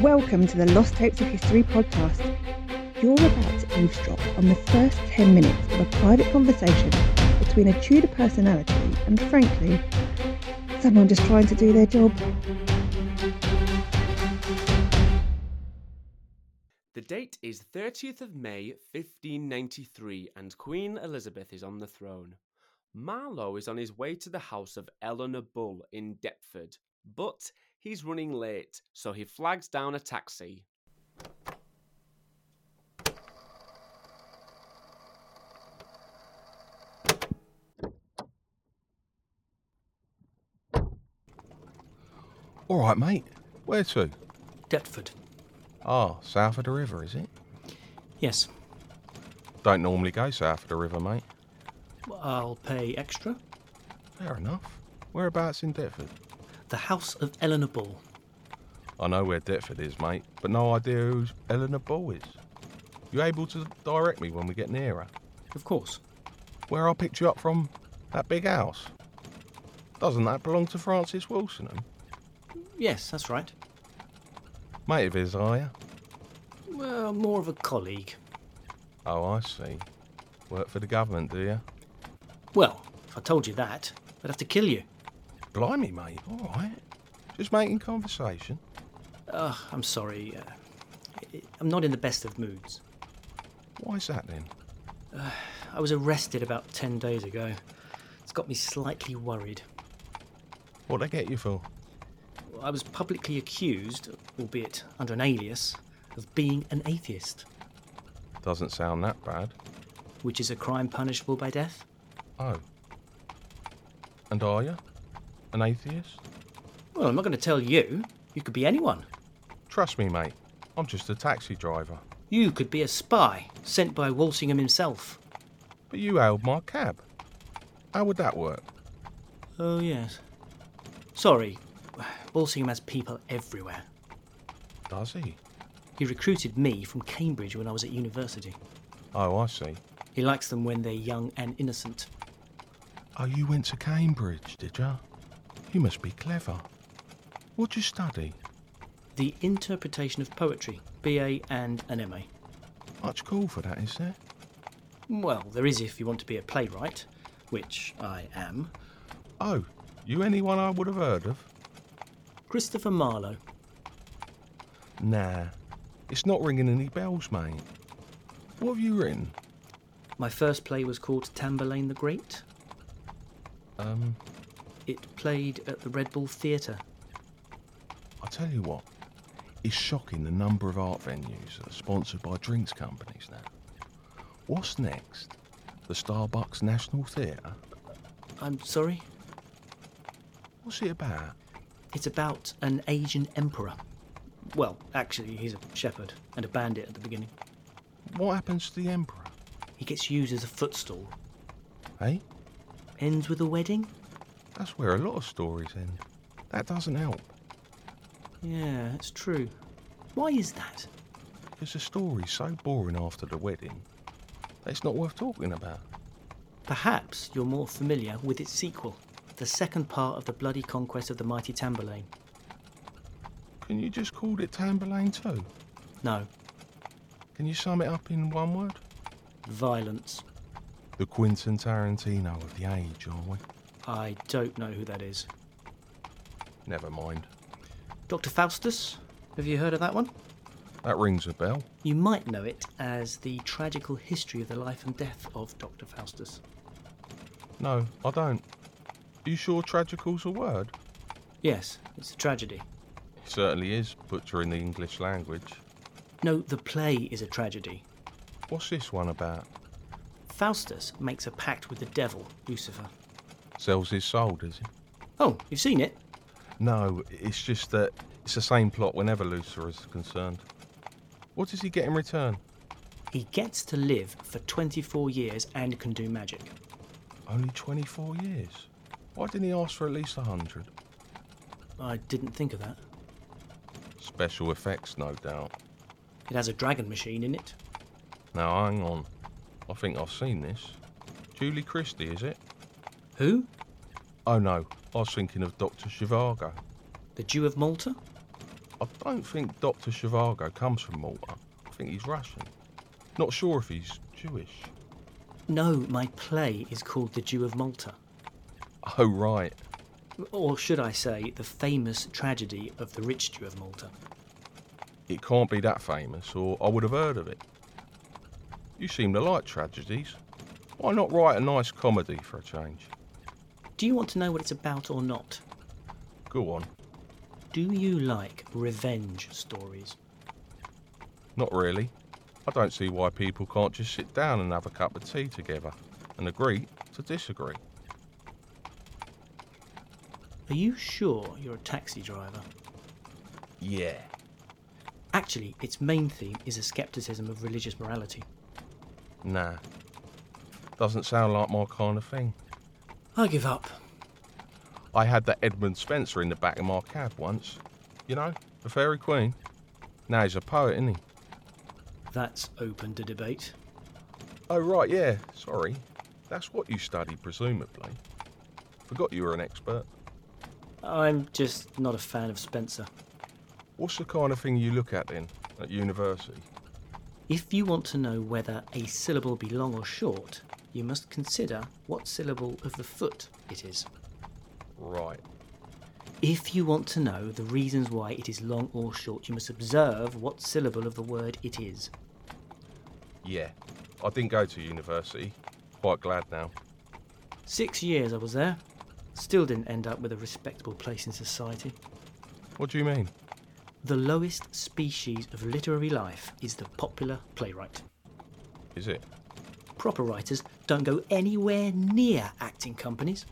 Welcome to the Lost Tapes of History podcast. You're about to eavesdrop on the first 10 minutes of a private conversation between a Tudor personality and, frankly, someone just trying to do their job. The date is 30th of May 1593 and Queen Elizabeth is on the throne. Marlowe is on his way to the house of Eleanor Bull in Deptford, but he's running late, so he flags down a taxi. All right, mate. Where to? Deptford. Ah, south of the river, is it? Yes. Don't normally go south of the river, mate. I'll pay extra. Fair enough. Whereabouts in Deptford? The House of Eleanor Bull. I know where Deptford is, mate, but no idea who Eleanor Ball is. You able to direct me when we get nearer? Of course. Where I picked you up from? That big house? Doesn't that belong to Francis Wilson? Yes, that's right. Mate of his, are you? Well, more of a colleague. Oh, I see. Work for the government, do you? Well, if I told you that, I'd have to kill you. Blimey, mate. All right. Just making conversation. Ugh, I'm sorry. Uh, I- I'm not in the best of moods. Why's that then? I was arrested about 10 days ago. It's got me slightly worried. What they get you for? I was publicly accused, albeit under an alias, of being an atheist, Doesn't sound that bad. which is a crime punishable by death. Oh. And are you? An atheist? Well, I'm not going to tell you. You could be anyone. Trust me, mate. I'm just a taxi driver. You could be a spy sent by Walsingham himself. But you hailed my cab. How would that work? Oh, yes. Sorry, Walsingham has people everywhere. Does he? He recruited me from Cambridge when I was at university. Oh, I see. He likes them when they're young and innocent. Oh, you went to Cambridge, did you? You must be clever. What'd you study? The interpretation of poetry, BA and an MA. Much call for that, is there? Well, there is if you want to be a playwright, which I am. Oh, you anyone I would have heard of? Christopher Marlowe. Nah. It's not ringing any bells, mate. What have you written? My first play was called Tamburlaine the Great. Um, It played at the Red Bull Theatre. I tell you what, it's shocking the number of art venues that are sponsored by drinks companies now. What's next? The Starbucks National Theatre? I'm sorry? What's it about? It's about an Asian emperor. Well, actually, he's a shepherd and a bandit at the beginning. What happens to the Emperor? He gets used as a footstool. Hey, Ends with a wedding? that's where a lot of stories end. That doesn't help, Yeah, that's true. Why is that? because the story's so boring after the wedding that it's not worth talking about. Perhaps you're more familiar with its sequel, the second part of the bloody conquest of the mighty Tamburlaine. Can you just call it Tamburlaine too? No, Can you sum it up in one word? violence. The Quentin Tarantino of the age, are we? I don't know who that is. Never mind. Dr. Faustus? Have you heard of that one? That rings a bell. You might know it as the tragical history of the life and death of Dr. Faustus. No, I don't. You sure tragical's a word? Yes, it's a tragedy. It certainly is, butchering the English language. No, the play is a tragedy. What's this one about? Faustus makes a pact with the devil, Lucifer. Sells his soul, does he? Oh, you've seen it? No, it's just that it's the same plot whenever Lucifer is concerned. What does he get in return? He gets to live for 24 years and can do magic. Only 24 years. Why didn't he ask for at least 100? I didn't think of that. Special effects, no doubt. It has a dragon machine in it. Now, hang on. I think I've seen this. Julie Christie, is it? Who? Oh no, I was thinking of Dr. Zhivago. The Jew of Malta? I don't think Dr. Shivago comes from Malta. I think he's Russian. Not sure if he's Jewish. No, my play is called The Jew of Malta. Oh, right. Or should I say, the famous tragedy of the rich Jew of Malta. It can't be that famous, or I would have heard of it. You seem to like tragedies. Why not write a nice comedy for a change? Do you want to know what it's about or not? Go on. Do you like revenge stories? Not really. I don't see why people can't just sit down and have a cup of tea together and agree to disagree. Are you sure you're a taxi driver? Yeah. Actually, its main theme is a skepticism of religious morality. Nah. Doesn't sound like my kind of thing. I give up. I had that Edmund Spencer in the back of my cab once. You know, the Fairy Queen. Now he's a poet, isn't he? That's open to debate. Oh, right, yeah. Sorry. That's what you studied, presumably. Forgot you were an expert. I'm just not a fan of Spencer. What's the kind of thing you look at then at university? If you want to know whether a syllable be long or short, you must consider what syllable of the foot it is. Right. If you want to know the reasons why it is long or short, you must observe what syllable of the word it is. Yeah. I didn't go to university. Quite glad now. Six years I was there. Still didn't end up with a respectable place in society. What do you mean? The lowest species of literary life is the popular playwright. Is it? Proper writers don't go anywhere near acting companies.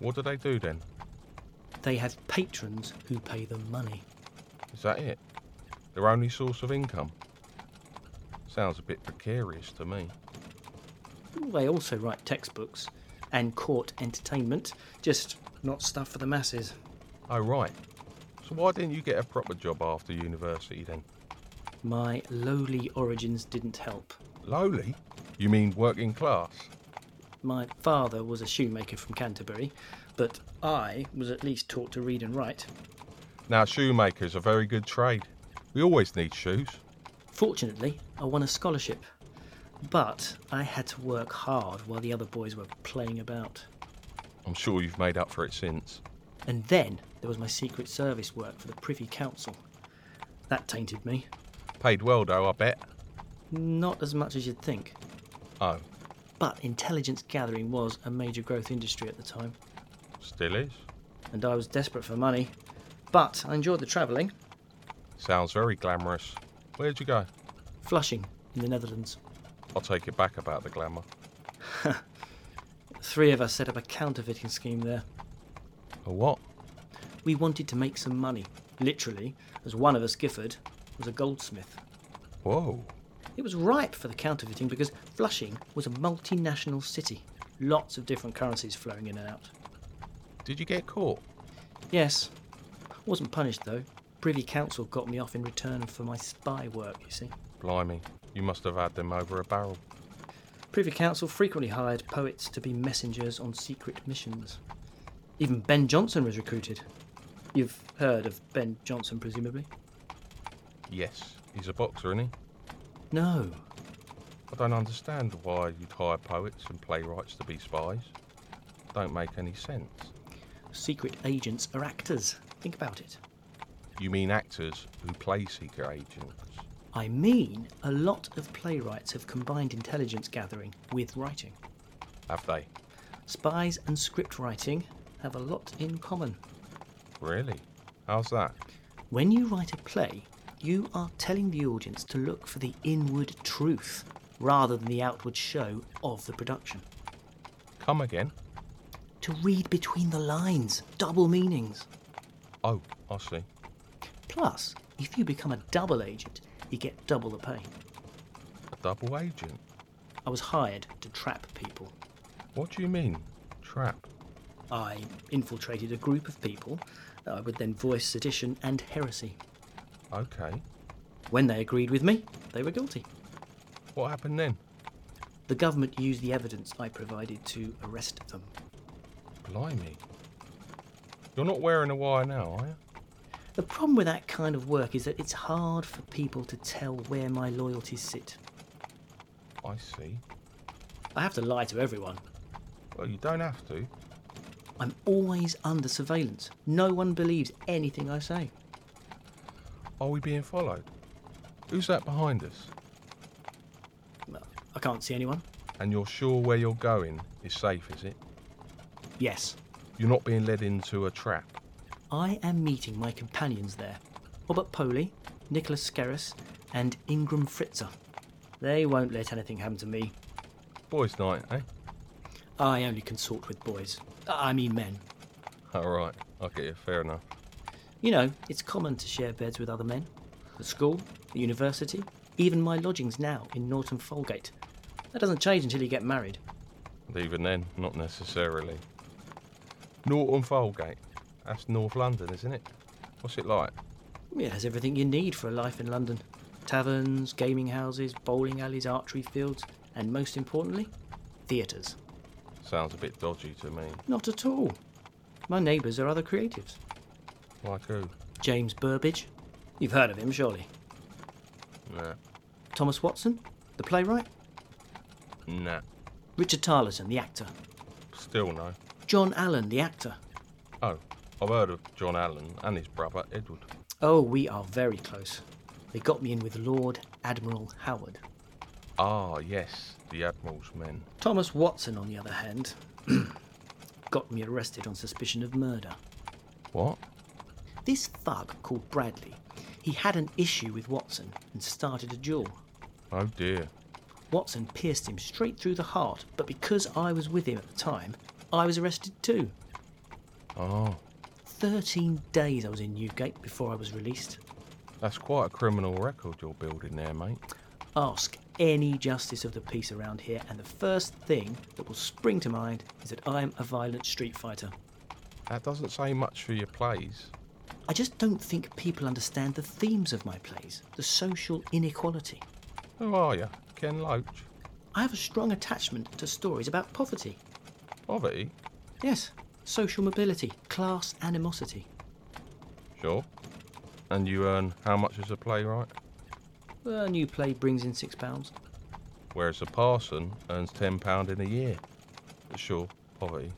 What do they do then? They have patrons who pay them money. Is that it? Their only source of income? Sounds a bit precarious to me. They also write textbooks and court entertainment, just not stuff for the masses. Oh, right. So why didn't you get a proper job after university then? My lowly origins didn't help. Lowly? You mean working class? My father was a shoemaker from Canterbury, but I was at least taught to read and write. Now, shoemaker's a very good trade. We always need shoes. Fortunately, I won a scholarship, but I had to work hard while the other boys were playing about. I'm sure you've made up for it since. And then there was my Secret Service work for the Privy Council. That tainted me. Paid well, though, I bet. Not as much as you'd think, Oh, but intelligence gathering was a major growth industry at the time, still is. and I was desperate for money. But I enjoyed the travelling. Sounds very glamorous. Where'd you go? Flushing in the Netherlands. I'll take it back about the glamour. Three of us set up a counterfeiting scheme there. A what? We wanted to make some money, literally, as one of us, Gifford, was a goldsmith. Whoa. It was ripe for the counterfeiting because Flushing was a multinational city, lots of different currencies flowing in and out. Did you get caught? Yes, wasn't punished though. Privy Council got me off in return for my spy work, you see. Blimey, you must have had them over a barrel. Privy Council frequently hired poets to be messengers on secret missions. Even Ben Jonson was recruited. You've heard of Ben Jonson, presumably? Yes, he's a boxer, isn't he? No. I don't understand why you'd hire poets and playwrights to be spies. Don't make any sense. Secret agents are actors. Think about it. You mean actors who play secret agents? I mean, a lot of playwrights have combined intelligence gathering with writing. Have they? Spies and script writing have a lot in common. Really? How's that? When you write a play, you are telling the audience to look for the inward truth rather than the outward show of the production. Come again? To read between the lines, double meanings. Oh, I see. Plus, if you become a double agent, you get double the pay. A double agent. I was hired to trap people. What do you mean? Trap. I infiltrated a group of people. I would then voice sedition and heresy. Okay. When they agreed with me, they were guilty. What happened then? The government used the evidence I provided to arrest them. Blimey. You're not wearing a wire now, are you? The problem with that kind of work is that it's hard for people to tell where my loyalties sit. I see. I have to lie to everyone. Well, you don't have to. I'm always under surveillance. No one believes anything I say. Are we being followed? Who's that behind us? Well, I can't see anyone. And you're sure where you're going is safe, is it? Yes, You're not being led into a trap. I am meeting my companions there Robert Poley, Nicholas Skerris, and Ingram Fritzer. They won't let anything happen to me. Boys' night, eh? I only consort with boys. I mean men. All right, I get you. Fair enough. You know, it's common to share beds with other men. At school, at university, even my lodgings now in Norton Folgate. That doesn't change until you get married. And even then, not necessarily. Norton Folgate. That's North London, isn't it? What's it like? It has everything you need for a life in London taverns, gaming houses, bowling alleys, archery fields, and most importantly, theatres. Sounds a bit dodgy to me. Not at all. My neighbours are other creatives. Like who? James Burbage. You've heard of him, surely. Nah. Thomas Watson, the playwright. Nah. Richard Tarleton, the actor. Still no. John Allen, the actor. Oh, I've heard of John Allen and his brother Edward. Oh, we are very close. They got me in with Lord Admiral Howard. Ah, yes, the Admiral's men. Thomas Watson, on the other hand, got me arrested on suspicion of murder. What? This thug called Bradley, he had an issue with Watson and started a duel. Oh dear. Watson pierced him straight through the heart, but because I was with him at the time, I was arrested too. Oh, 13 days I was in Newgate before I was released. that's quite a criminal record you're building there, mate. Ask any justice of the peace around here, and the first thing that will spring to mind is that I am a violent street fighter. That doesn't say much for your plays. I just don't think people understand the themes of my plays, the social inequality. Who are you? Ken Loach? I have a strong attachment to stories about poverty. Poverty? Yes, social mobility, class animosity. Sure. And you earn how much as a playwright? A new play brings in six pounds. Whereas a parson earns £10 in a year. But sure, poverty.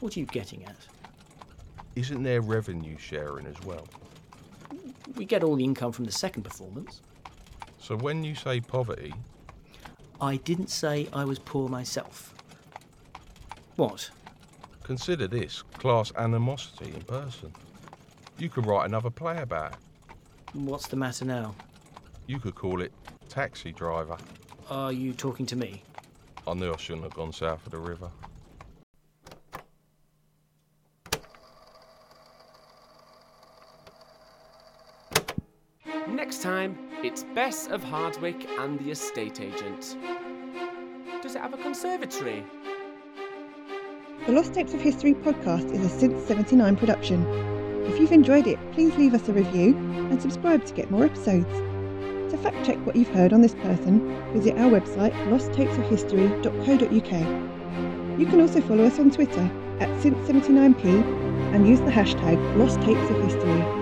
What are you getting at? Isn't there revenue sharing as well? We get all the income from the second performance. So when you say poverty, I didn't say I was poor myself. What? consider this class animosity in person. You could write another play about it. What's the matter now? You could call it Taxi Driver. Are you talking to me? I knew I shouldn't have gone south of the river. Next time, it's Bess of Hardwick and the estate agent. Does it have a conservatory? The Lost Tapes of History podcast is a since 79 production. If you've enjoyed it, please leave us a review and subscribe to get more episodes. To fact check what you've heard on this person, visit our website losttapesofhistory.co.uk. You can also follow us on Twitter at since79p and use the hashtag Lost Tapes of History.